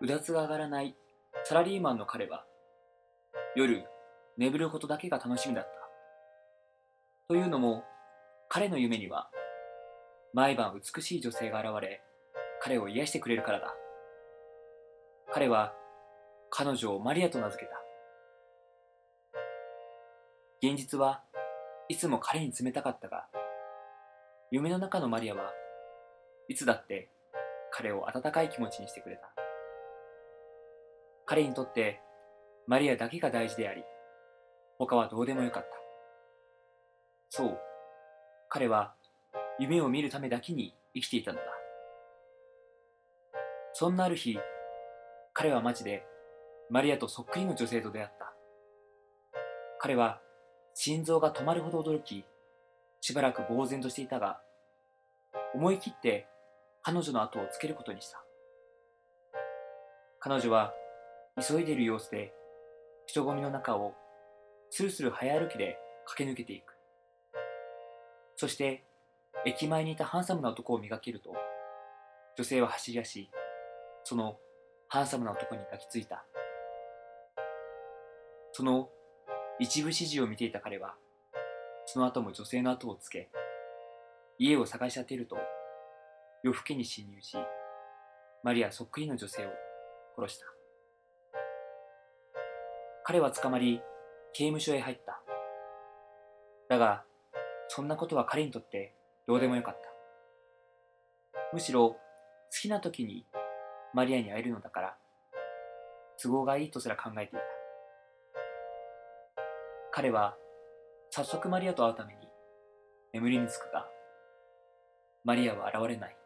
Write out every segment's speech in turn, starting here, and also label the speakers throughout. Speaker 1: うだつが上がらないサラリーマンの彼は夜眠ることだけが楽しみだったというのも彼の夢には毎晩美しい女性が現れ彼を癒してくれるからだ彼は彼女をマリアと名付けた現実はいつも彼に冷たかったが夢の中のマリアはいつだって彼を温かい気持ちにしてくれた彼にとってマリアだけが大事であり他はどうでもよかったそう彼は夢を見るためだけに生きていたのだそんなある日彼は街でマリアとそっくりの女性と出会った彼は心臓が止まるほど驚きしばらく呆然としていたが思い切って彼女の後をつけることにした彼女は急いでいる様子で人混みの中をスルスル早歩きで駆け抜けていくそして駅前にいたハンサムな男を磨けると女性は走り出しそのハンサムな男に抱きついたその一部始終を見ていた彼はその後も女性の後をつけ家を探し当てると夜更けに侵入しマリアそっくりの女性を殺した彼は捕まり刑務所へ入っただがそんなことは彼にとってどうでもよかったむしろ好きな時にマリアに会えるのだから都合がいいとすら考えていた彼は早速マリアと会うために眠りにつくがマリアは現れない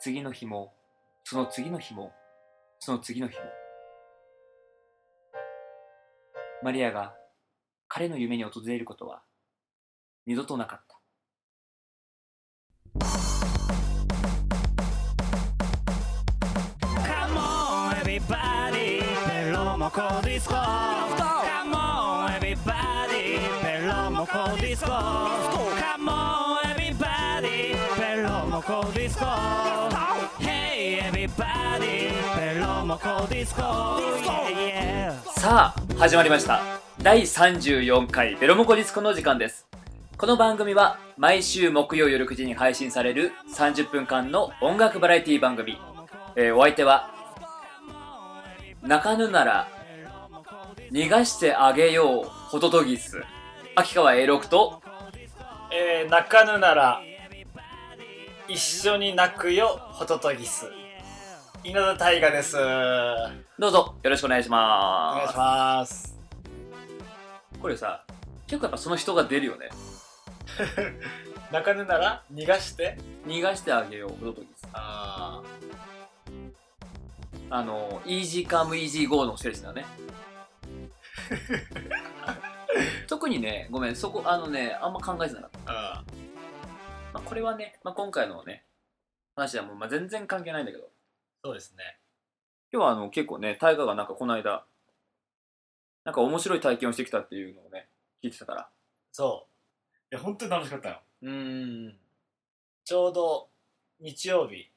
Speaker 1: 次の日もその次の日もその次の日もマリアが彼の夢に訪れることは二度となかった
Speaker 2: 「カモンエビバディベロモコディスコ」「カモンエビバディベロモコディスコ」「カモンエビバディベロモコディスコ」「Hey everybody ベロモコディスコ」Yeah, yeah.
Speaker 1: さあ始まりました第34回ベロモコディスコの時間ですこの番組は毎週木曜夜9時に配信される30分間の音楽バラエティ番組、えーお相手は泣かぬなら逃がしてあげようホトトギス秋川 A6 と
Speaker 3: えー、泣かぬなら一緒に泣くよホトトギス稲田大我ですお願
Speaker 1: どうぞよろしくお願いします
Speaker 3: いします
Speaker 1: これさ結構やっぱその人が出るよね
Speaker 3: 泣かぬなら逃がして
Speaker 1: 逃がしてあげようホトトギス
Speaker 3: あ
Speaker 1: あのイージーカムイージーゴーの精神だね 特にねごめんそこあのねあんま考えてなかった、
Speaker 3: あ
Speaker 1: まあ、これはね、まあ、今回のね話はもう、まあ、全然関係ないんだけど
Speaker 3: そうですね
Speaker 1: 今日はあの結構ね大河がなんかこの間なんか面白い体験をしてきたっていうのをね聞いてたから
Speaker 3: そういや本当に楽しかったよ
Speaker 1: うーん
Speaker 3: ちょうど日曜日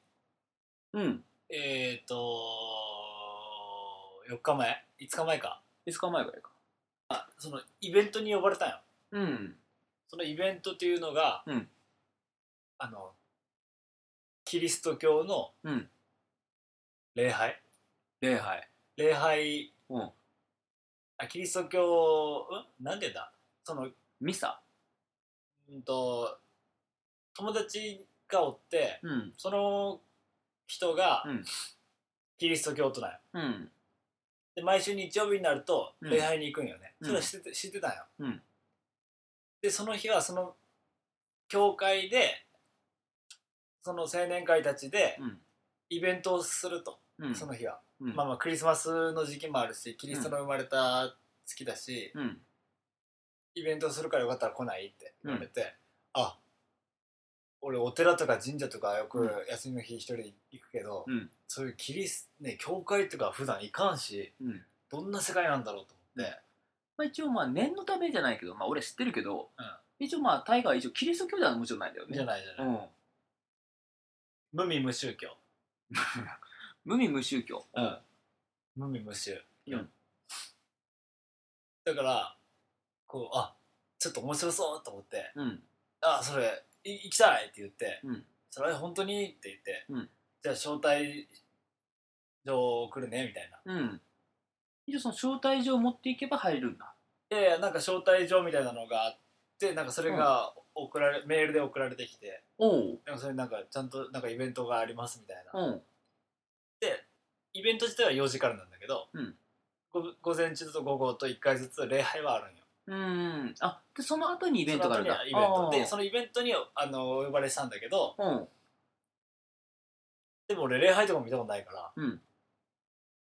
Speaker 1: うん
Speaker 3: えっ、ー、と4日前5日前か
Speaker 1: 5日前ぐらいか
Speaker 3: あそのイベントに呼ばれたよ
Speaker 1: うん
Speaker 3: そのイベントというのが、
Speaker 1: うん
Speaker 3: あのキリスト教の
Speaker 1: うん
Speaker 3: 礼拝
Speaker 1: 礼拝
Speaker 3: 礼拝
Speaker 1: うん
Speaker 3: あキリスト教うんなんでだその
Speaker 1: ミサ
Speaker 3: うんと友達がおって
Speaker 1: うん
Speaker 3: その人が、
Speaker 1: うん
Speaker 3: キリスト教徒なんよ
Speaker 1: うん
Speaker 3: で毎週日曜日になると
Speaker 1: うん
Speaker 3: 礼拝に行くんよね、
Speaker 1: うん
Speaker 3: それは知ってて知ってたんよ、
Speaker 1: うん
Speaker 3: でその日はその教会でその青年会たちで
Speaker 1: うん
Speaker 3: イベントをすると、
Speaker 1: うん
Speaker 3: その日は、
Speaker 1: うん
Speaker 3: まあまあクリスマスの時期もあるしキリストの生まれた月だし、
Speaker 1: うん
Speaker 3: イベントするからよかったら来ないって言われて、あ俺お寺とか神社とかよ
Speaker 1: う
Speaker 3: く
Speaker 1: ん
Speaker 3: 休みの日一人で行くけど、
Speaker 1: うん
Speaker 3: そういうキリスね教会とか普段行かんし
Speaker 1: うん
Speaker 3: どんな世界なんだろうと思って、
Speaker 1: まあ、一応まあ念のためじゃないけど、まあ、俺は知ってるけど、一応まあタイガーは一応キリスト教ではもちろんないんだよね
Speaker 3: じゃないじゃない、無味無宗教
Speaker 1: 無味無宗教。
Speaker 3: うん。無味無臭。
Speaker 1: うん
Speaker 3: だから、こう、あ、ちょっと面白そうと思って、
Speaker 1: うん。
Speaker 3: あ、それ、い行きたいって言って、
Speaker 1: うん
Speaker 3: それ本当にって言って、
Speaker 1: うん
Speaker 3: じゃあ招待状送るね、みたいな。
Speaker 1: うん。一応その招待状を持っていけば入るんだ。
Speaker 3: いやいや、なんか招待状みたいなのがあって、なんかそれが送られ、メールで送られてきて、
Speaker 1: おう。
Speaker 3: でもそれなんかちゃんとなんかイベントがありますみたいな。
Speaker 1: うん。
Speaker 3: イベント自体は4時からなんだけど、
Speaker 1: うん
Speaker 3: ご午前中と午後と1回ずつ礼拝はあるんよ
Speaker 1: うん。あ、で、その後にイ
Speaker 3: イ
Speaker 1: ベントがあるんだ。
Speaker 3: イベントでそ
Speaker 1: の
Speaker 3: のイベントにあのお呼ばれしたんだけど
Speaker 1: うん。
Speaker 3: でも俺礼拝とかも見たことないから、
Speaker 1: うん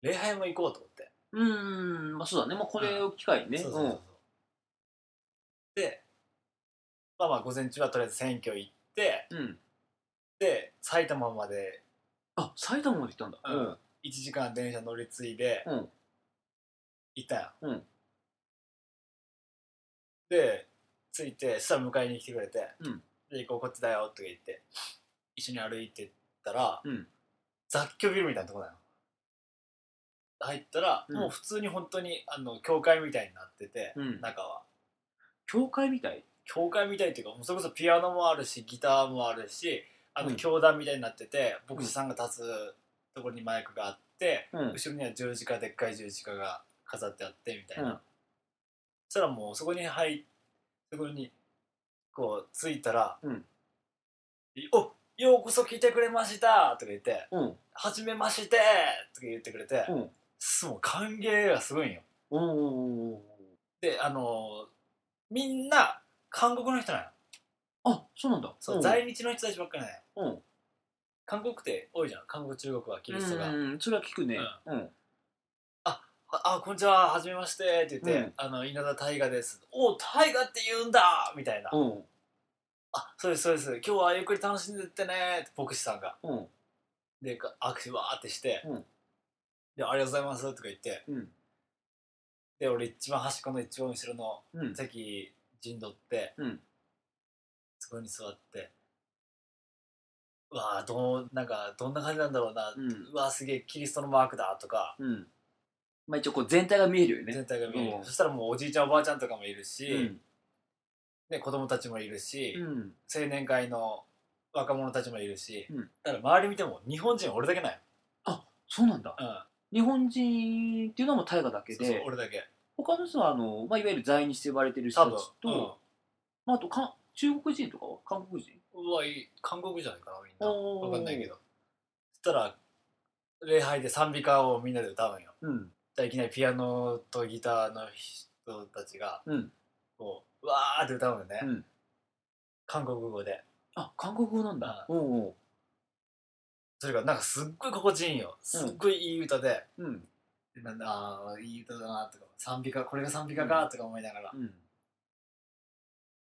Speaker 3: 礼拝も行こうと思って、
Speaker 1: うーん、まあそうだね。まあこれを機会にね。
Speaker 3: そうそうそうそうでまあまあ午前中はとりあえず選挙行って
Speaker 1: うん。うん。
Speaker 3: で埼玉まで
Speaker 1: あ、埼玉まで来たんだ。
Speaker 3: うん1時間電車乗り継いで
Speaker 1: うん
Speaker 3: 行ったよ、
Speaker 1: うん
Speaker 3: で着いて下迎えに来てくれて「
Speaker 1: うん
Speaker 3: で行こうこっちだよ」とか言って一緒に歩いてったら、
Speaker 1: うん
Speaker 3: 雑居ビルみたいなとこだよ入ったら、
Speaker 1: うん
Speaker 3: もう普通に本当にあの教会みたいになってて、
Speaker 1: うん。
Speaker 3: 中は
Speaker 1: 教会みたい
Speaker 3: 教会みたいっていうかもうそれこそピアノもあるしギターもあるしあ
Speaker 1: う
Speaker 3: の
Speaker 1: ん
Speaker 3: 教団みたいになってて、牧師さんが立つところにマイクがあって、
Speaker 1: うん。
Speaker 3: 後ろには十字架でっかい十字架が飾ってあってみたいな、
Speaker 1: うん
Speaker 3: そしたらもうそこに入っそこにこう着いたら「
Speaker 1: うん
Speaker 3: おようこそ来てくれました」とか言って
Speaker 1: うん。
Speaker 3: 「はじめまして」とか言ってくれて、
Speaker 1: うん
Speaker 3: すもう歓迎がすごいんよ
Speaker 1: おお。
Speaker 3: であのーみんな韓国の人なんよ
Speaker 1: あ、そうなんだ。
Speaker 3: そう、
Speaker 1: ん
Speaker 3: 在日の人たちばっかりなんよ
Speaker 1: うん。
Speaker 3: 韓国って多いじゃん韓国中国はキリストが、
Speaker 1: うん。それは聞くね。うん。
Speaker 3: あ、あこんにちは、はじめましてって言って、
Speaker 1: うん
Speaker 3: あの、稲田大河です。お大河って言うんだみたいな。
Speaker 1: うん。
Speaker 3: あ、そうです、そうです。今日はゆっくり楽しんでってねって、牧師さんが。
Speaker 1: うん。
Speaker 3: で、か握手わーってして、
Speaker 1: うん
Speaker 3: で、ありがとうございますとか言って、
Speaker 1: うん。
Speaker 3: で、俺一番端っこの一番後ろの
Speaker 1: うん。
Speaker 3: 席、陣取って、
Speaker 1: うん
Speaker 3: そこに座って、うわあどう、なんか、どんな感じなんだろうな、
Speaker 1: うん
Speaker 3: うわあすげえ、キリストのマークだとか、
Speaker 1: うん。まあ一応こう全体が見えるよね。
Speaker 3: 全体が見える。
Speaker 1: うん
Speaker 3: そしたらもうおじいちゃんおばあちゃんとかもいるし、
Speaker 1: うん。
Speaker 3: ね、子供たちもいるし、
Speaker 1: うん。
Speaker 3: 青年会の若者たちもいるし、
Speaker 1: うん
Speaker 3: だから周り見ても日本人俺だけない、
Speaker 1: そうなんだ。
Speaker 3: うん
Speaker 1: 日本人っていうのはもう大河だけ
Speaker 3: そうそう
Speaker 1: で、
Speaker 3: 俺だけ
Speaker 1: 他の人はあの、まあいわゆる在日と呼ばれてる人
Speaker 3: 多
Speaker 1: た
Speaker 3: 分
Speaker 1: ちと、まああとか中国人とかは韓国人
Speaker 3: うん、うわいい韓国じゃないかなみんな
Speaker 1: わ
Speaker 3: わかんないけ。どそしたら礼拝で賛美歌をみんなで歌うんよ
Speaker 1: うん。
Speaker 3: だからいきなりピアノとギターの人たちが
Speaker 1: うん。
Speaker 3: こううわーって歌うのね、
Speaker 1: うん
Speaker 3: 韓国語で
Speaker 1: あ、韓国語なんだ。うんうん。
Speaker 3: それがなんかすっごい心地いいんよすっごいいい歌で、
Speaker 1: うん。
Speaker 3: でなんだあーいい歌だなとか賛美歌これが賛美歌かとか思いながら、
Speaker 1: うん。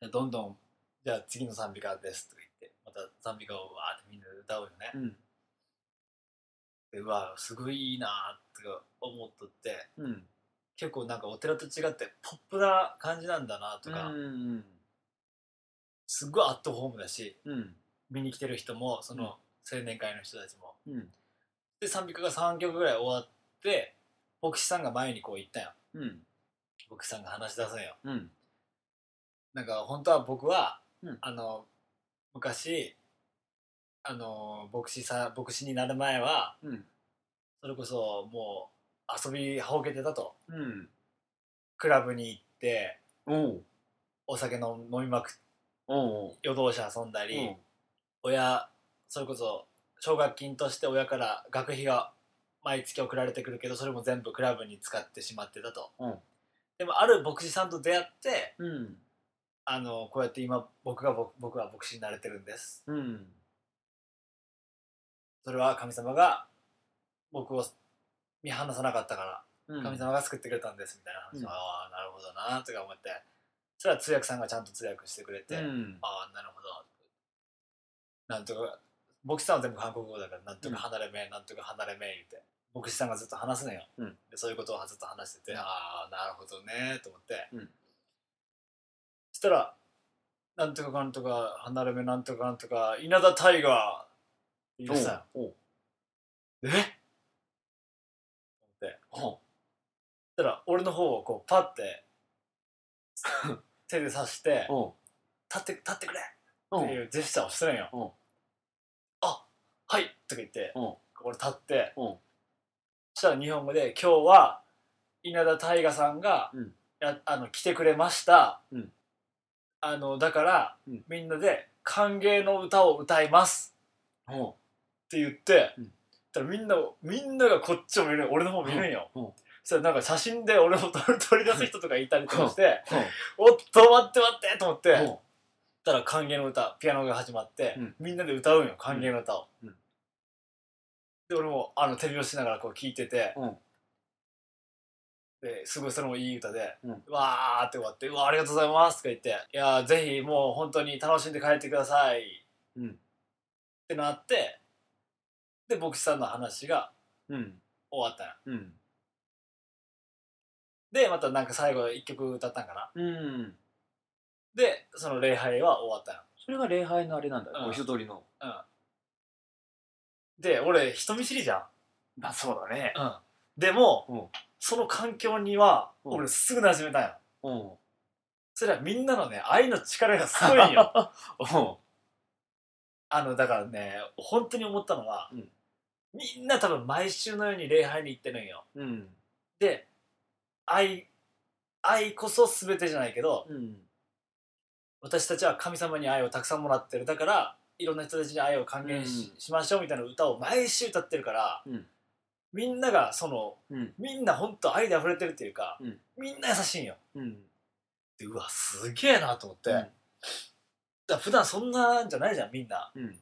Speaker 3: でどんどん、じゃあ次の賛美歌ですとか言って、また賛美歌をわーってみんなで歌うよね。
Speaker 1: うん。
Speaker 3: でうわー、すごいいいなーとか思っとって、
Speaker 1: うん。
Speaker 3: 結構なんかお寺と違ってポップな感じなんだなと
Speaker 1: と
Speaker 3: か、
Speaker 1: か。うん。
Speaker 3: すっごいアットホームだし、
Speaker 1: うん。
Speaker 3: 見に来てる人も、そ
Speaker 1: うん
Speaker 3: の青年会の人たちも。
Speaker 1: うん。
Speaker 3: で、賛美歌が3曲ぐらい終わって、牧師さんが前にこう行ったよ。
Speaker 1: うん。
Speaker 3: 牧師さんが話し出すんよ。
Speaker 1: うん。
Speaker 3: なんか本当は僕は、
Speaker 1: うん
Speaker 3: あの、昔、あの、牧師さん、牧師になる前は、
Speaker 1: うん。
Speaker 3: それこそもう遊びはおけてたと
Speaker 1: うん。
Speaker 3: クラブに行って
Speaker 1: おう。
Speaker 3: お酒の飲みまくっ
Speaker 1: おう。
Speaker 3: 夜通し遊んだり、親それこそ奨学金として親から学費が毎月送られてくるけどそれも全部クラブに使ってしまってたと、
Speaker 1: うん
Speaker 3: でもある牧師さんと出会って
Speaker 1: うん。
Speaker 3: あのこうやって今僕が僕僕は牧師になれてるんです
Speaker 1: うん。
Speaker 3: それは神様が僕を見放さなかったから
Speaker 1: うん。
Speaker 3: 神様が作ってくれたんですみたいな話、
Speaker 1: うん
Speaker 3: ああなるほどなとか思ってそれは通訳さんがちゃんと通訳してくれて、
Speaker 1: う
Speaker 3: あ
Speaker 1: ん。
Speaker 3: あなるほどなんとか牧師さんは全部韓国語だからなんとか離れめ、なんとか離れめ言って牧師さんがずっと話すのよ、
Speaker 1: うん
Speaker 3: でそういうことをずっと話してて、
Speaker 1: うん
Speaker 3: ああなるほどねと思って、
Speaker 1: うん
Speaker 3: そしたらなんとかかんとか離れめなんとかなんとか稲田大河って言ってさ
Speaker 1: おう。
Speaker 3: えたら俺の方をこうパッて 手で刺して
Speaker 1: お
Speaker 3: 「立って立ってくれ!」
Speaker 1: う
Speaker 3: っていうジェスチャーをするんよ、
Speaker 1: うん
Speaker 3: あはいとか言って、
Speaker 1: うん
Speaker 3: 俺立って、
Speaker 1: うん
Speaker 3: そしたら日本語で「今日は稲田大我さんが、
Speaker 1: うん
Speaker 3: やあの来てくれました、
Speaker 1: うん
Speaker 3: あのだから、
Speaker 1: うん
Speaker 3: みんなで歓迎の歌を歌います」
Speaker 1: お
Speaker 3: って言って、
Speaker 1: うん
Speaker 3: たらみんなみんながこっちを見る俺の方見るんよ、
Speaker 1: うんうん
Speaker 3: そしたらなんか写真で俺を撮る撮り出す人とかいたりとかして「おっと待って待って!」と思って、
Speaker 1: お
Speaker 3: ったら歓迎の歌ピアノが始まって、
Speaker 1: うん
Speaker 3: みんなで歌うんよ歓迎の歌を、
Speaker 1: うんうん
Speaker 3: で俺もあの手拍子しながらこう聴いてて、
Speaker 1: うん
Speaker 3: ですごいそれもいい歌で、
Speaker 1: うん
Speaker 3: わーって終わって「うわありがとうございます」とか言って「いやーぜひもう本当に楽しんで帰ってください」
Speaker 1: うん
Speaker 3: ってなってで牧師さんの話が
Speaker 1: うん
Speaker 3: 終わったんや
Speaker 1: うん
Speaker 3: でまたなんか最後一曲歌ったんかな
Speaker 1: うん
Speaker 3: でその礼拝は終わったんや
Speaker 1: それが礼拝のあれなんだ
Speaker 3: うん
Speaker 1: お一通りの
Speaker 3: で俺人見知りじゃん
Speaker 1: まあそうだね
Speaker 3: うんでも、
Speaker 1: うん
Speaker 3: その環境には
Speaker 1: うん
Speaker 3: 俺すぐ馴染めたんよ、
Speaker 1: うん
Speaker 3: それはみんなのね愛の力がすごいんよ
Speaker 1: お
Speaker 3: あのだからね本当に思ったのは、
Speaker 1: うん
Speaker 3: みんな多分毎週のように礼拝に行ってるんよ
Speaker 1: うん
Speaker 3: で愛愛こそ全てじゃないけど
Speaker 1: うん
Speaker 3: 私たちは神様に愛をたくさんもらってるだからいろんな人たちに愛を還元し,、
Speaker 1: う
Speaker 3: しましょうみたいな歌を毎週歌ってるから、
Speaker 1: うん
Speaker 3: みんながその
Speaker 1: うん
Speaker 3: みんな本当愛で溢れてるっていうか、
Speaker 1: うん
Speaker 3: みんな優しいんよ
Speaker 1: うん
Speaker 3: でうわすげえなと思って、
Speaker 1: うん
Speaker 3: だから普段そんなんじゃないじゃんみんな
Speaker 1: うん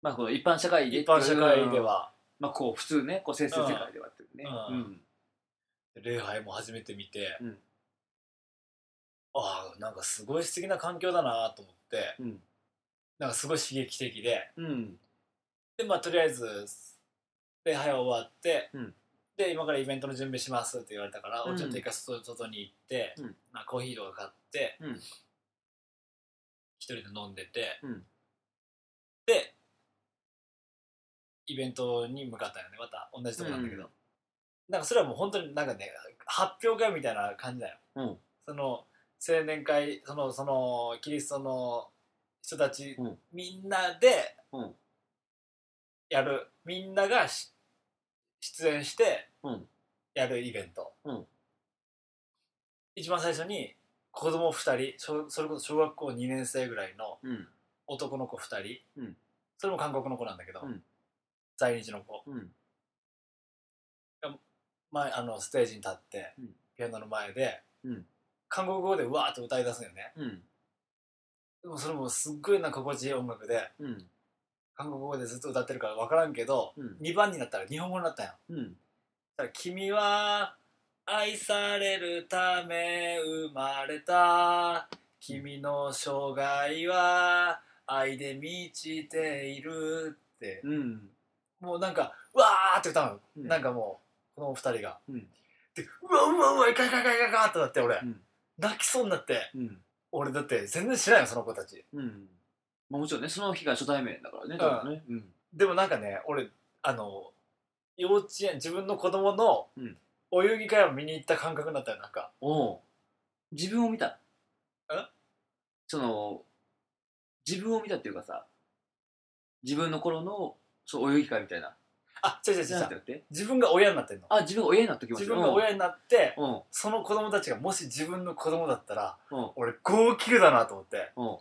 Speaker 1: まあこの一般社会で
Speaker 3: 一般社会では、
Speaker 1: まあこう普通ねこう先生世界ではっていうね
Speaker 3: うん礼拝も初めて見て、
Speaker 1: うん
Speaker 3: ああなんかすごい素敵な環境だなと思って
Speaker 1: うん
Speaker 3: なんかすごい刺激的で
Speaker 1: うん
Speaker 3: でまあとりあえず礼拝は終わって、
Speaker 1: うん
Speaker 3: で今からイベントの準備しますって言われたから、
Speaker 1: うん
Speaker 3: ちょっと一回外外に行って、
Speaker 1: うん
Speaker 3: まあ、コーヒーとか買って、
Speaker 1: うん
Speaker 3: 一人で飲んでて、
Speaker 1: うん
Speaker 3: でイベントに向かったよねまた同じとこなんだけど、なんかそれはもう本当になんかね発表会みたいな感じだよ、
Speaker 1: うん
Speaker 3: その青年会そのそのキリストの人たち、
Speaker 1: うん
Speaker 3: みんなで
Speaker 1: うん
Speaker 3: やるみんながし出演して
Speaker 1: うん
Speaker 3: やるイベント、
Speaker 1: うん
Speaker 3: 一番最初に子供2人小それこそ小学校2年生ぐらいの
Speaker 1: うん
Speaker 3: 男の子2人、
Speaker 1: うん
Speaker 3: それも韓国の子なんだけど、
Speaker 1: うん
Speaker 3: 在日の子
Speaker 1: うん
Speaker 3: 前あのステージに立って、
Speaker 1: うん
Speaker 3: ピアノの前で、
Speaker 1: うん
Speaker 3: 韓国語でうわーって歌い出すんよね
Speaker 1: うん
Speaker 3: でもそれもすっごいなんか心地いい音楽で
Speaker 1: うん
Speaker 3: 韓国語でずっと歌ってるから分からんけど
Speaker 1: うん
Speaker 3: 2番になったら日本語になったんよ
Speaker 1: うん
Speaker 3: だから君は愛されるため生まれた君の生涯は愛で満ちているって
Speaker 1: うん
Speaker 3: もうなんかうわーって歌うの、
Speaker 1: うん
Speaker 3: なんかもうこの2人が、
Speaker 1: うん
Speaker 3: でうわうわうわいかいかいかいかいかってなって俺、
Speaker 1: うん
Speaker 3: 泣きそうになって
Speaker 1: うん
Speaker 3: 俺だって全然知らんよその子たち
Speaker 1: うんまあもちろんねその日が初対面だからね多分ねうん
Speaker 3: でもなんかね俺あの幼稚園自分の子供の
Speaker 1: うん
Speaker 3: お遊戯会を見に行った感覚になったよなんか
Speaker 1: おう自分を見た
Speaker 3: え
Speaker 1: その自分を見たっていうかさ自分の頃のそう泳ぎ会みたいな
Speaker 3: あ違う違う違
Speaker 1: なんて
Speaker 3: う
Speaker 1: 言って
Speaker 3: 自分が親になってんの
Speaker 1: あ自分が親になってきまし
Speaker 3: 自
Speaker 1: た
Speaker 3: 分が親になって
Speaker 1: うんうん
Speaker 3: その子供たちがもし自分の子供だったら
Speaker 1: うん
Speaker 3: 俺号泣だなと思って
Speaker 1: うん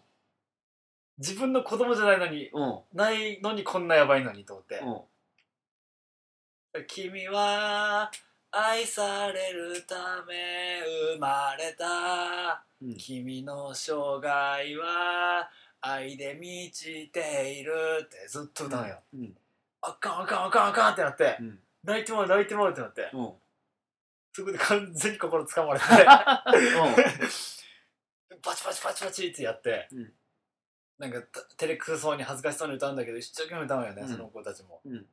Speaker 3: 自分の子供じゃないのに
Speaker 1: うん
Speaker 3: ないのにこんなやばいのにと思って
Speaker 1: うん
Speaker 3: 君は愛されるため生まれた
Speaker 1: うん
Speaker 3: 君の生涯は愛で満ちているってずっと歌うのよ、
Speaker 1: うん
Speaker 3: あかんあかんあかんあかんってなって、
Speaker 1: うん
Speaker 3: 泣いてもらう泣いてもらうってなって、
Speaker 1: うんうん
Speaker 3: そこで完全に心つかまれてバチバチバチバチってやって、
Speaker 1: うん
Speaker 3: なんかた照れくさそうに恥ずかしそうに歌うんだけど一生懸命歌うんよね、
Speaker 1: うん
Speaker 3: その子たちも、
Speaker 1: うん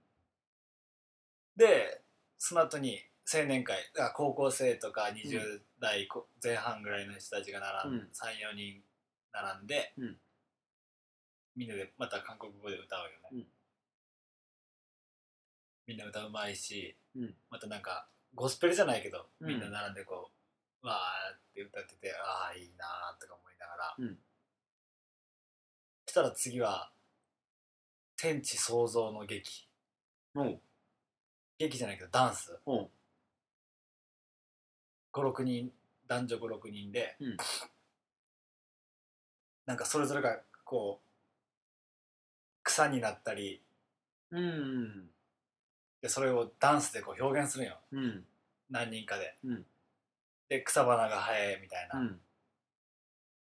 Speaker 3: でその後に青年会だから高校生とか20代こ前半ぐらいの人たちが並ん、
Speaker 1: うん
Speaker 3: 34人並んで、
Speaker 1: うん
Speaker 3: みんなでまた韓国語で歌うよね、
Speaker 1: うん
Speaker 3: みんな歌うまいし、
Speaker 1: うん
Speaker 3: またなんかゴスペルじゃないけど
Speaker 1: うん
Speaker 3: みんな並んでこう、わーって歌っててああいいなーとか思いながら、
Speaker 1: うん
Speaker 3: そしたら次は天地創造の劇
Speaker 1: うん
Speaker 3: 劇じゃないけどダンス、
Speaker 1: うん
Speaker 3: 56人男女56人で、
Speaker 1: うん
Speaker 3: なんかそれぞれがこう草になったり
Speaker 1: うん
Speaker 3: でそれをダンスでこう表現するんよ
Speaker 1: うん
Speaker 3: 何人かで、
Speaker 1: うん
Speaker 3: で草花が生えみたいうな、
Speaker 1: ん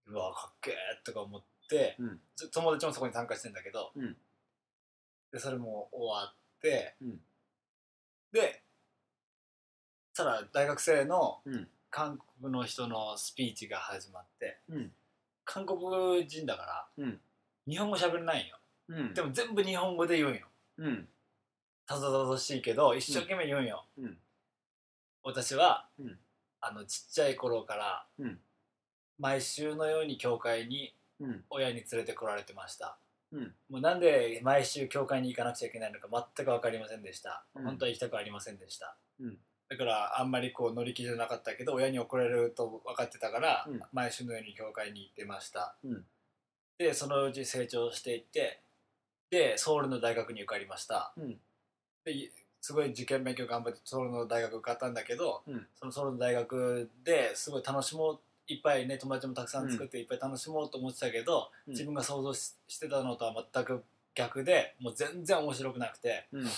Speaker 3: うわかっけーとか思って、
Speaker 1: うん
Speaker 3: ず友達もそこに参加してんだけど、
Speaker 1: うん
Speaker 3: でそれも終わって、
Speaker 1: うん
Speaker 3: でそしたら大学生の
Speaker 1: うん
Speaker 3: 韓国の人のスピーチが始まって、
Speaker 1: うん
Speaker 3: 韓国人だから、
Speaker 1: うん
Speaker 3: 日本語喋れないんよ
Speaker 1: うん
Speaker 3: でも全部日本語で言うんよ
Speaker 1: うん
Speaker 3: たどたどしいけど一生懸命言うんよ、
Speaker 1: うん
Speaker 3: 私は、
Speaker 1: うん
Speaker 3: あのちっちゃい頃から、
Speaker 1: うん
Speaker 3: 毎週のように教会に
Speaker 1: うん
Speaker 3: 親に連れてこられてました、
Speaker 1: うん
Speaker 3: もうなんで毎週教会に行かなくちゃいけないのか全く分かりませんでした、
Speaker 1: うん
Speaker 3: 本当は行きたくありませんでした、
Speaker 1: うん
Speaker 3: だからあんまりこう乗り気じゃなかったけど親に怒られると分かってたから、
Speaker 1: うん
Speaker 3: 毎週のように教会に行ってました、
Speaker 1: うん
Speaker 3: でそのうち成長していってでソウルの大学に受かりました、
Speaker 1: うん
Speaker 3: ですごい受験勉強頑張ってソウルの大学受かったんだけど、
Speaker 1: うん
Speaker 3: そのソウルの大学ですごい楽しもういっぱいね友達もたくさん作っていっぱい楽しもうと思ってたけど、
Speaker 1: うん
Speaker 3: 自分が想像ししてたのとは全く逆でもう全然面白くなくて
Speaker 1: うん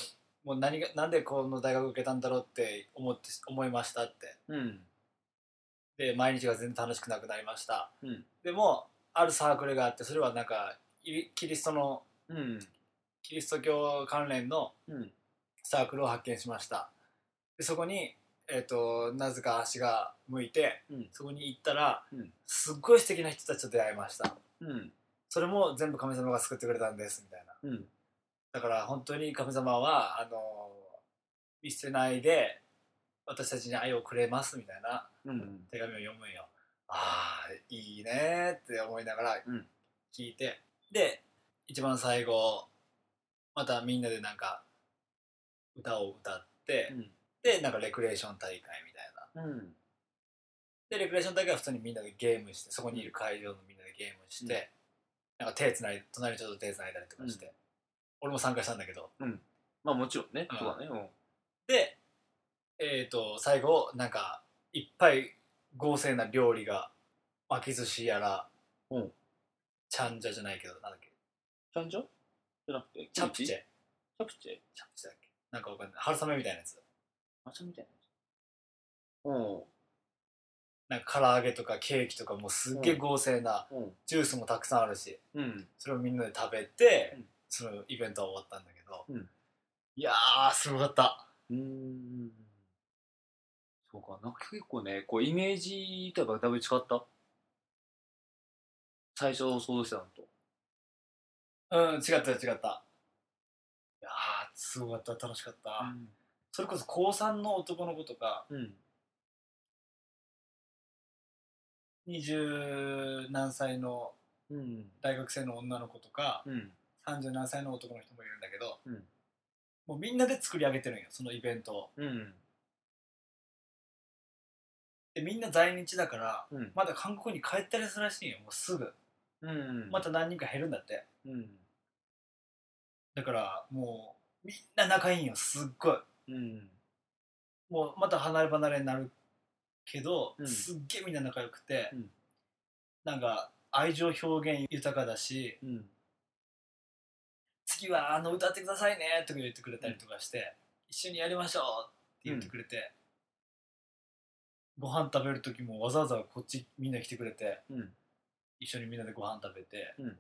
Speaker 3: もう何がなんでこの大学受けたんだろうって思って思いましたって
Speaker 1: うん
Speaker 3: で毎日が全然楽しくなくなりました、
Speaker 1: うん
Speaker 3: でもあるサークルがあってそれはなんかイキリストの
Speaker 1: うん
Speaker 3: キリスト教関連の
Speaker 1: うん
Speaker 3: サークルを発見しましたでそこに、えー、となぜか足が向いて、
Speaker 1: うん
Speaker 3: そこに行ったら、
Speaker 1: うん
Speaker 3: すっごい素敵な人たちと出会いました
Speaker 1: うん
Speaker 3: それも全部神様が救ってくれたんですみたいな
Speaker 1: うん
Speaker 3: だから本当に神様はあの見捨てないで私たちに愛をくれますみたいな
Speaker 1: うん
Speaker 3: 手紙を読むんよあーいいねーって思いながら
Speaker 1: うん
Speaker 3: 聞いて、で一番最後またみんなでなんか歌を歌って、でなんかレクレーション大会みたいな
Speaker 1: うん
Speaker 3: でレクレーション大会は普通にみんなでゲームしてそこにいる会場のみんなでゲームして、なんか手つないで隣の人と手つないだりとかして、俺も参加したんだけど
Speaker 1: まあもちろんね
Speaker 3: うん
Speaker 1: そうだねうん
Speaker 3: でえっ、と最後なんかいっぱい豪勢な料理が巻き寿司やら、
Speaker 1: うん
Speaker 3: ちゃんじゃじゃないけどなんだっけ
Speaker 1: ちゃんじゃじゃなくて
Speaker 3: チャプチェ
Speaker 1: キムチチ
Speaker 3: チ
Speaker 1: ャプチェ
Speaker 3: ャプチェだっけなんかわかんない春雨みたいなやつ
Speaker 1: 抹茶みたいなやつ
Speaker 3: なんか唐揚げとかケーキとかもうすっげえ豪勢な、
Speaker 1: うんうん
Speaker 3: ジュースもたくさんあるし、
Speaker 1: うん
Speaker 3: それをみんなで食べて、
Speaker 1: うん
Speaker 3: そのイベントは終わったんだけど、
Speaker 1: うん
Speaker 3: いやーすごかった
Speaker 1: うーんそうか、なんか結構ね、こうイメージとやっぱだいぶ違った。最初想像してたのと。
Speaker 3: うん違った違ったいやーすごかった楽しかった、それこそ高3の男の子とか
Speaker 1: うん。
Speaker 3: 二十何歳の
Speaker 1: うん。
Speaker 3: 大学生の女の子とか
Speaker 1: うん。
Speaker 3: 三十何歳の男の人もいるんだけど、
Speaker 1: うん
Speaker 3: もうみんなで作り上げてるんよそのイベントを
Speaker 1: うん。
Speaker 3: でみんな在日だから
Speaker 1: うん。
Speaker 3: まだ韓国に帰ったりするらしいんよもうすぐ
Speaker 1: うん。
Speaker 3: また何人か減るんだって
Speaker 1: うん。
Speaker 3: だからもうみんな仲いいんよすっごい
Speaker 1: うん。
Speaker 3: もうまた離れ離れになるけど、
Speaker 1: うん
Speaker 3: すっげえみんな仲良くて、
Speaker 1: うん
Speaker 3: なんか愛情表現豊かだし
Speaker 1: うん。
Speaker 3: 次はあの歌ってくださいねとか言ってくれたりとかして、一緒にやりましょうって言ってくれて、ご飯食べる時もわざわざこっちみんな来てくれて
Speaker 1: うん。
Speaker 3: 一緒にみんなでご飯食べて、
Speaker 1: うん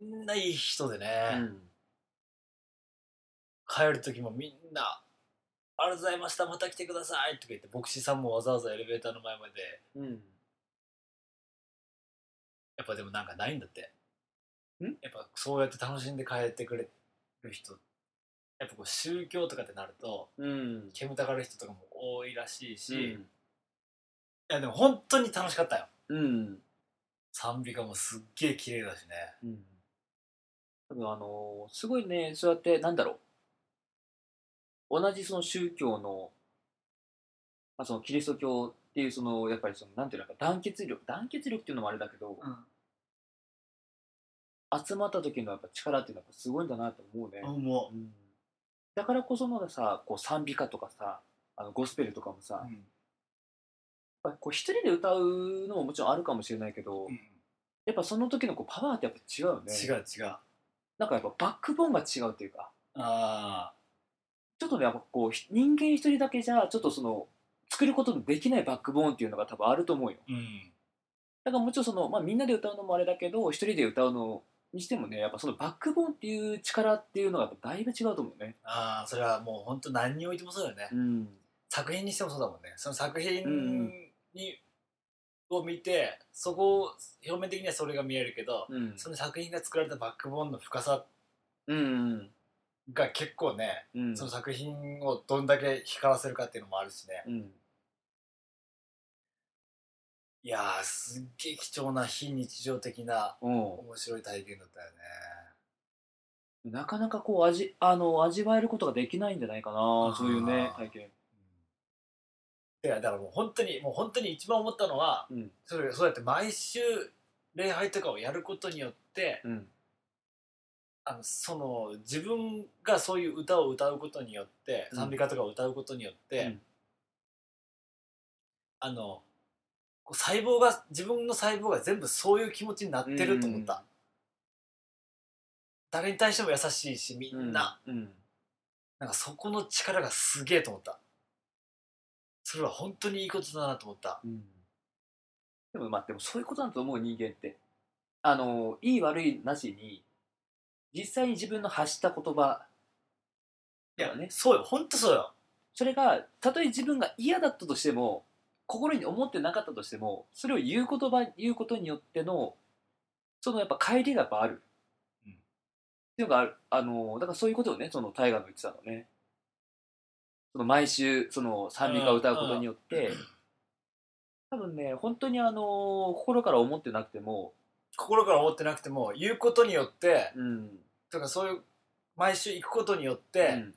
Speaker 3: みんないい人でね、
Speaker 1: うん。
Speaker 3: 帰る時もみんな「ありがとうございましたまた来てください」とか言って牧師さんもわざわざエレベーターの前まで
Speaker 1: うん。
Speaker 3: やっぱでもなんかないんだって
Speaker 1: ん
Speaker 3: やっぱそうやって楽しんで帰ってくれる人やっぱこう宗教とかってなると
Speaker 1: うん。
Speaker 3: 煙たがる人とかも多いらしいし、いやでも本当に楽しかったよ
Speaker 1: うん。
Speaker 3: 賛美歌もすっげえ綺麗だしね
Speaker 1: うん。多分あのーすごいね、そうやって、なんだろう。同じその宗教のまあ、そのキリスト教っていうそのやっぱりそのなんていうのか団結力団結力っていうのもあれだけど、集まった時のやっぱ力っていうのはやっぱすごいんだなと思うね、
Speaker 3: 思
Speaker 1: うんだからこそまださこう賛美歌とかさあのゴスペルとかもさ、
Speaker 3: う
Speaker 1: やっ
Speaker 3: ん
Speaker 1: ぱりこう一人で歌うのももちろんあるかもしれないけど、
Speaker 3: うん
Speaker 1: やっぱその時のこうパワーってやっぱ違うよね
Speaker 3: 違う違う
Speaker 1: なんかやっぱバックボーンが違うっていうか
Speaker 3: あ
Speaker 1: ちょっとねやっぱこうひ人間一人だけじゃちょっとその作ることのできないバックボーンっていうのが多分あると思うよ
Speaker 3: ーうん
Speaker 1: だからもちろんその、まあ、みんなで歌うのもあれだけど一人で歌うのにしてもねやっぱそのバックボーンっていう力っていうのがやっぱだいぶ違うと思うね
Speaker 3: ああそれはもう本当何においてもそうだよね、
Speaker 1: ん
Speaker 3: 作品にしてもそうだもんねその作
Speaker 1: うんう
Speaker 3: 品に、を見てそこを表面的にはそれが見えるけど、
Speaker 1: うん
Speaker 3: その作品が作られたバックボーンの深さ
Speaker 1: うん
Speaker 3: が結構ね、
Speaker 1: うんうん
Speaker 3: その作品をどんだけ光らせるかっていうのもあるしね
Speaker 1: うん
Speaker 3: いやーすっげえ貴重な非日常的な
Speaker 1: うん
Speaker 3: 面白い体験だったよね
Speaker 1: なかなかこう味あの味わえることができないんじゃないかな
Speaker 3: ー
Speaker 1: そういうね体験
Speaker 3: いやだからもう本当にもう本当に一番思ったのは、
Speaker 1: うん
Speaker 3: それそうやって毎週礼拝とかをやることによって
Speaker 1: うん
Speaker 3: あのその自分がそういう歌を歌うことによって
Speaker 1: うん
Speaker 3: 賛美歌とかを歌うことによって、
Speaker 1: うん
Speaker 3: あのこう細胞が自分の細胞が全部そういう気持ちになってると思った、
Speaker 1: うん
Speaker 3: 誰に対しても優しいしみんな、
Speaker 1: うん
Speaker 3: なんかそこの力がすげえと思った。それは本当にいいことだなと思った。
Speaker 1: うんでもまあでもそういうことだと思う人間ってあのいい悪いなしに実際に自分の発した言葉
Speaker 3: いや
Speaker 1: そうだね
Speaker 3: そうよ、本当そうよ。
Speaker 1: それがたとえ自分が嫌だったとしても心に思ってなかったとしてもそれを言う言葉言うことによってのそのやっぱ帰りがやっぱある、
Speaker 3: うん
Speaker 1: っていうのがあるあのだからそういうことをねその大河の言ってたのねその毎週その賛美歌を歌うことによって、多分ね本当にあの心から思ってなくても、
Speaker 3: 心から思ってなくても、言うことによって、
Speaker 1: うん
Speaker 3: とかそういう、毎週行くことによっ
Speaker 1: う
Speaker 3: て、
Speaker 1: ん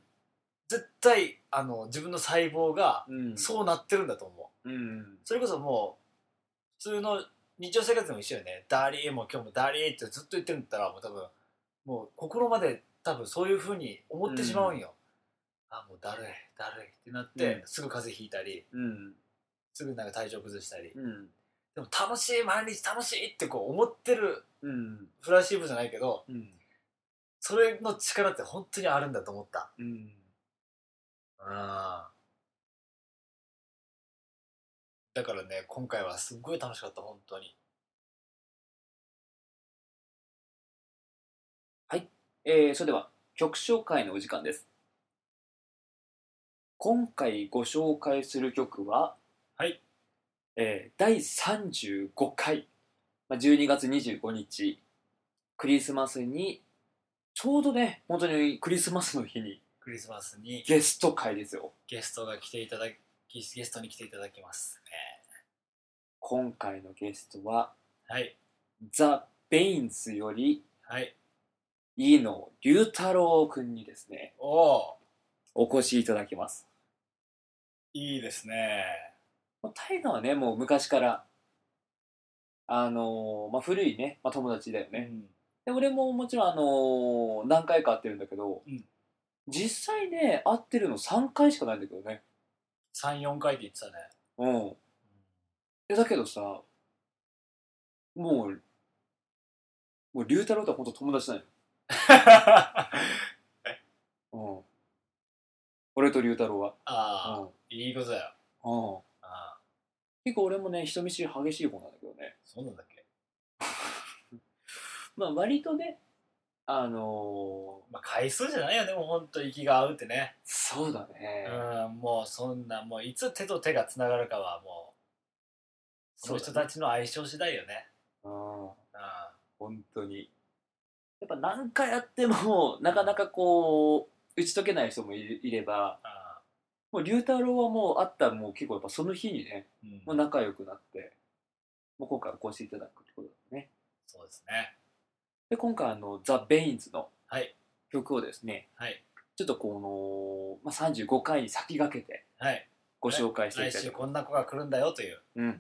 Speaker 3: 絶対、あの、自分の細胞が、
Speaker 1: うん
Speaker 3: そうなってるんだと思う。
Speaker 1: うん
Speaker 3: それこそもう、普通の日常生活でも一緒よね。ダーリーも今日もダーリーってずっと言ってるんだったら、もう多分、もう心まで多分そういうふうに思ってしまうんよ。あ、もうだるい、だるいってなって、
Speaker 1: うん
Speaker 3: すぐ風邪ひいたり、
Speaker 1: うん
Speaker 3: すぐなんか体調崩したり、
Speaker 1: うん
Speaker 3: でも楽しい毎日楽しいってこう思ってる
Speaker 1: うん
Speaker 3: フラッシーブじゃないけど
Speaker 1: うん
Speaker 3: それの力って本当にあるんだと思った
Speaker 1: うん
Speaker 3: うんだからね今回はすっごい楽しかった本当に
Speaker 1: えーそれでは曲紹介のお時間です今回ご紹介する曲は
Speaker 3: はい、
Speaker 1: えー第35回まあ12月25日クリスマスにちょうどね本当にクリスマスの日に
Speaker 3: クリスマスに
Speaker 1: ゲスト会ですよ
Speaker 3: ゲストが来ていただきゲストに来ていただきますね
Speaker 1: 今回のゲストは
Speaker 3: はい
Speaker 1: ザ・ベインズより
Speaker 3: はい
Speaker 1: 飯野龍太郎くんにですね
Speaker 3: おお
Speaker 1: お越しいただきます
Speaker 3: いいですね
Speaker 1: もうタイガはねもう昔からあのーまあ、古いね、まあ、友達だよ
Speaker 3: う
Speaker 1: ね
Speaker 3: ん
Speaker 1: で俺ももちろん、あのー何回か会ってるんだけど、
Speaker 3: うん
Speaker 1: 実際ね会ってるの3回しかないんだけどね
Speaker 3: 34回って言ってたね
Speaker 1: うんでだけどさもうもう龍太郎とは本当友達だよ、
Speaker 3: あ
Speaker 1: うん、俺と龍太郎は、
Speaker 3: あ
Speaker 1: うん
Speaker 3: ーいいことだよ
Speaker 1: うん、
Speaker 3: ああ
Speaker 1: 結構俺もね人見知り激しい方なんだけどね
Speaker 3: そうなんだっけ
Speaker 1: まあ割とねあのー
Speaker 3: まあ回数じゃないよねもう本当息が合うってね
Speaker 1: そうだね、
Speaker 3: うんもうそんなもういつ手と手がつながるかはもうその人たちの相性次第よね
Speaker 1: うん
Speaker 3: うん
Speaker 1: 本当にやっぱ何回やってもなかなかこう打ち解けない人もいるいればもう龍太郎はもう会ったもう結構やっぱその日にね
Speaker 3: うん
Speaker 1: もう仲良くなってもう今回お越しいただくってことだね
Speaker 3: そうですね
Speaker 1: で今回あのザ・ベインズの
Speaker 3: はい
Speaker 1: 曲をですね、
Speaker 3: はい
Speaker 1: ちょっとこの、まあ、35回に先駆けて
Speaker 3: はい
Speaker 1: ご紹介していき
Speaker 3: 来
Speaker 1: たいと
Speaker 3: 週こんな子が来るんだよという
Speaker 1: うん。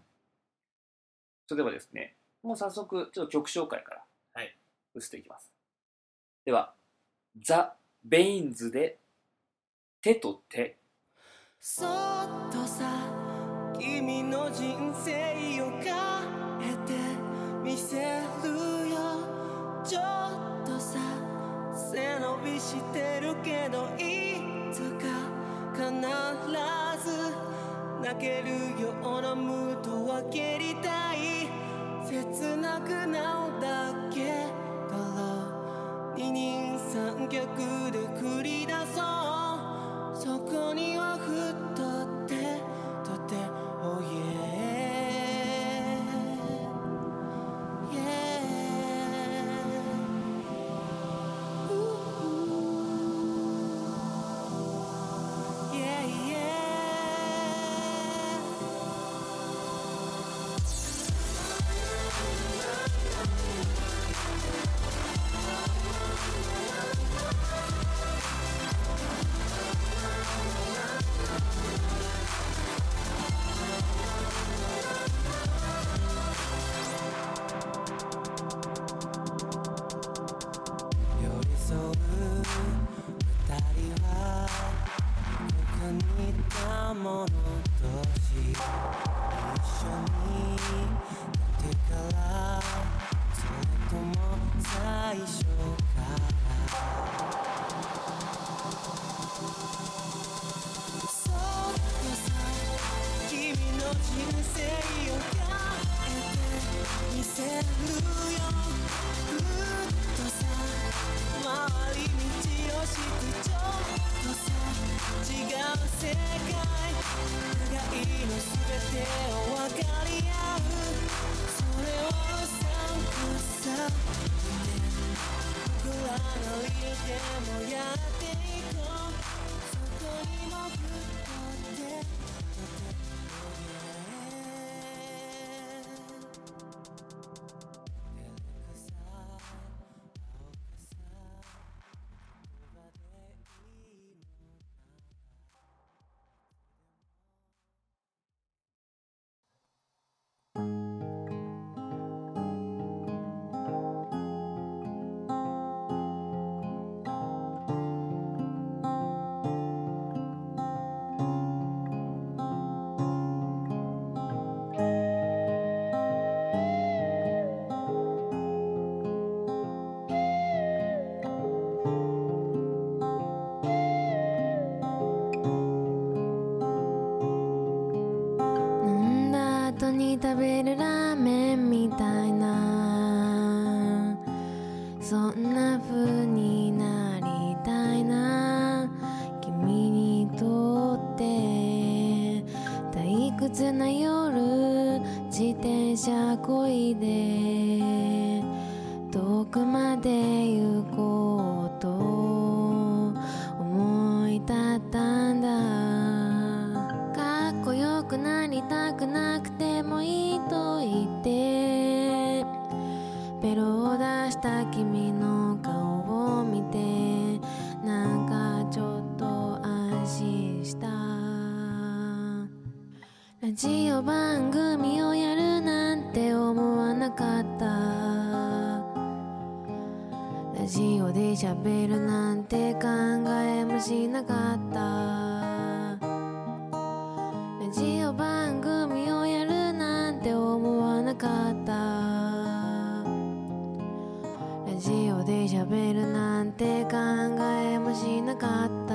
Speaker 1: それではですね、もう早速、ちょっと曲紹介から、
Speaker 3: はい
Speaker 1: 移っていきます。では、ザ・ベインズで、手と手。
Speaker 4: そっとさ君の人生を変えてみせるよちょっとさ背伸びしてるけどいつか必ず泣けるようなムードは蹴りたい切なくなるだけだろう二人三脚で繰り出そうそこにはふっと手と手 Oh yeah Yeah うう Yeah yeah 寄り添う二人は他にいたもの同士一緒になってからそれとも最初からそっとさ君の人生を変えてみせるよふっとさ回り道をしてちょっとさ違う世界互いの全てを分かり合うそれをうさんくさって僕らの家でもやっていこうそこにもふっとって Yeah.
Speaker 5: 飲んだ後に食べるラーメンみたいなそんな風になりたいな君にとって退屈な夜自転車こいで遠くまで行こうと思い立ったんだかっこよくなりたくなくてもいいと言ってベロを出した君の顔を見てなんかちょっと安心したラジオ番組をやるなんて思わなかったラジオで喋るなんて考えもしなかったラジオ番組をやるなんて思わなかったラジオで喋るなんて考えもしなかった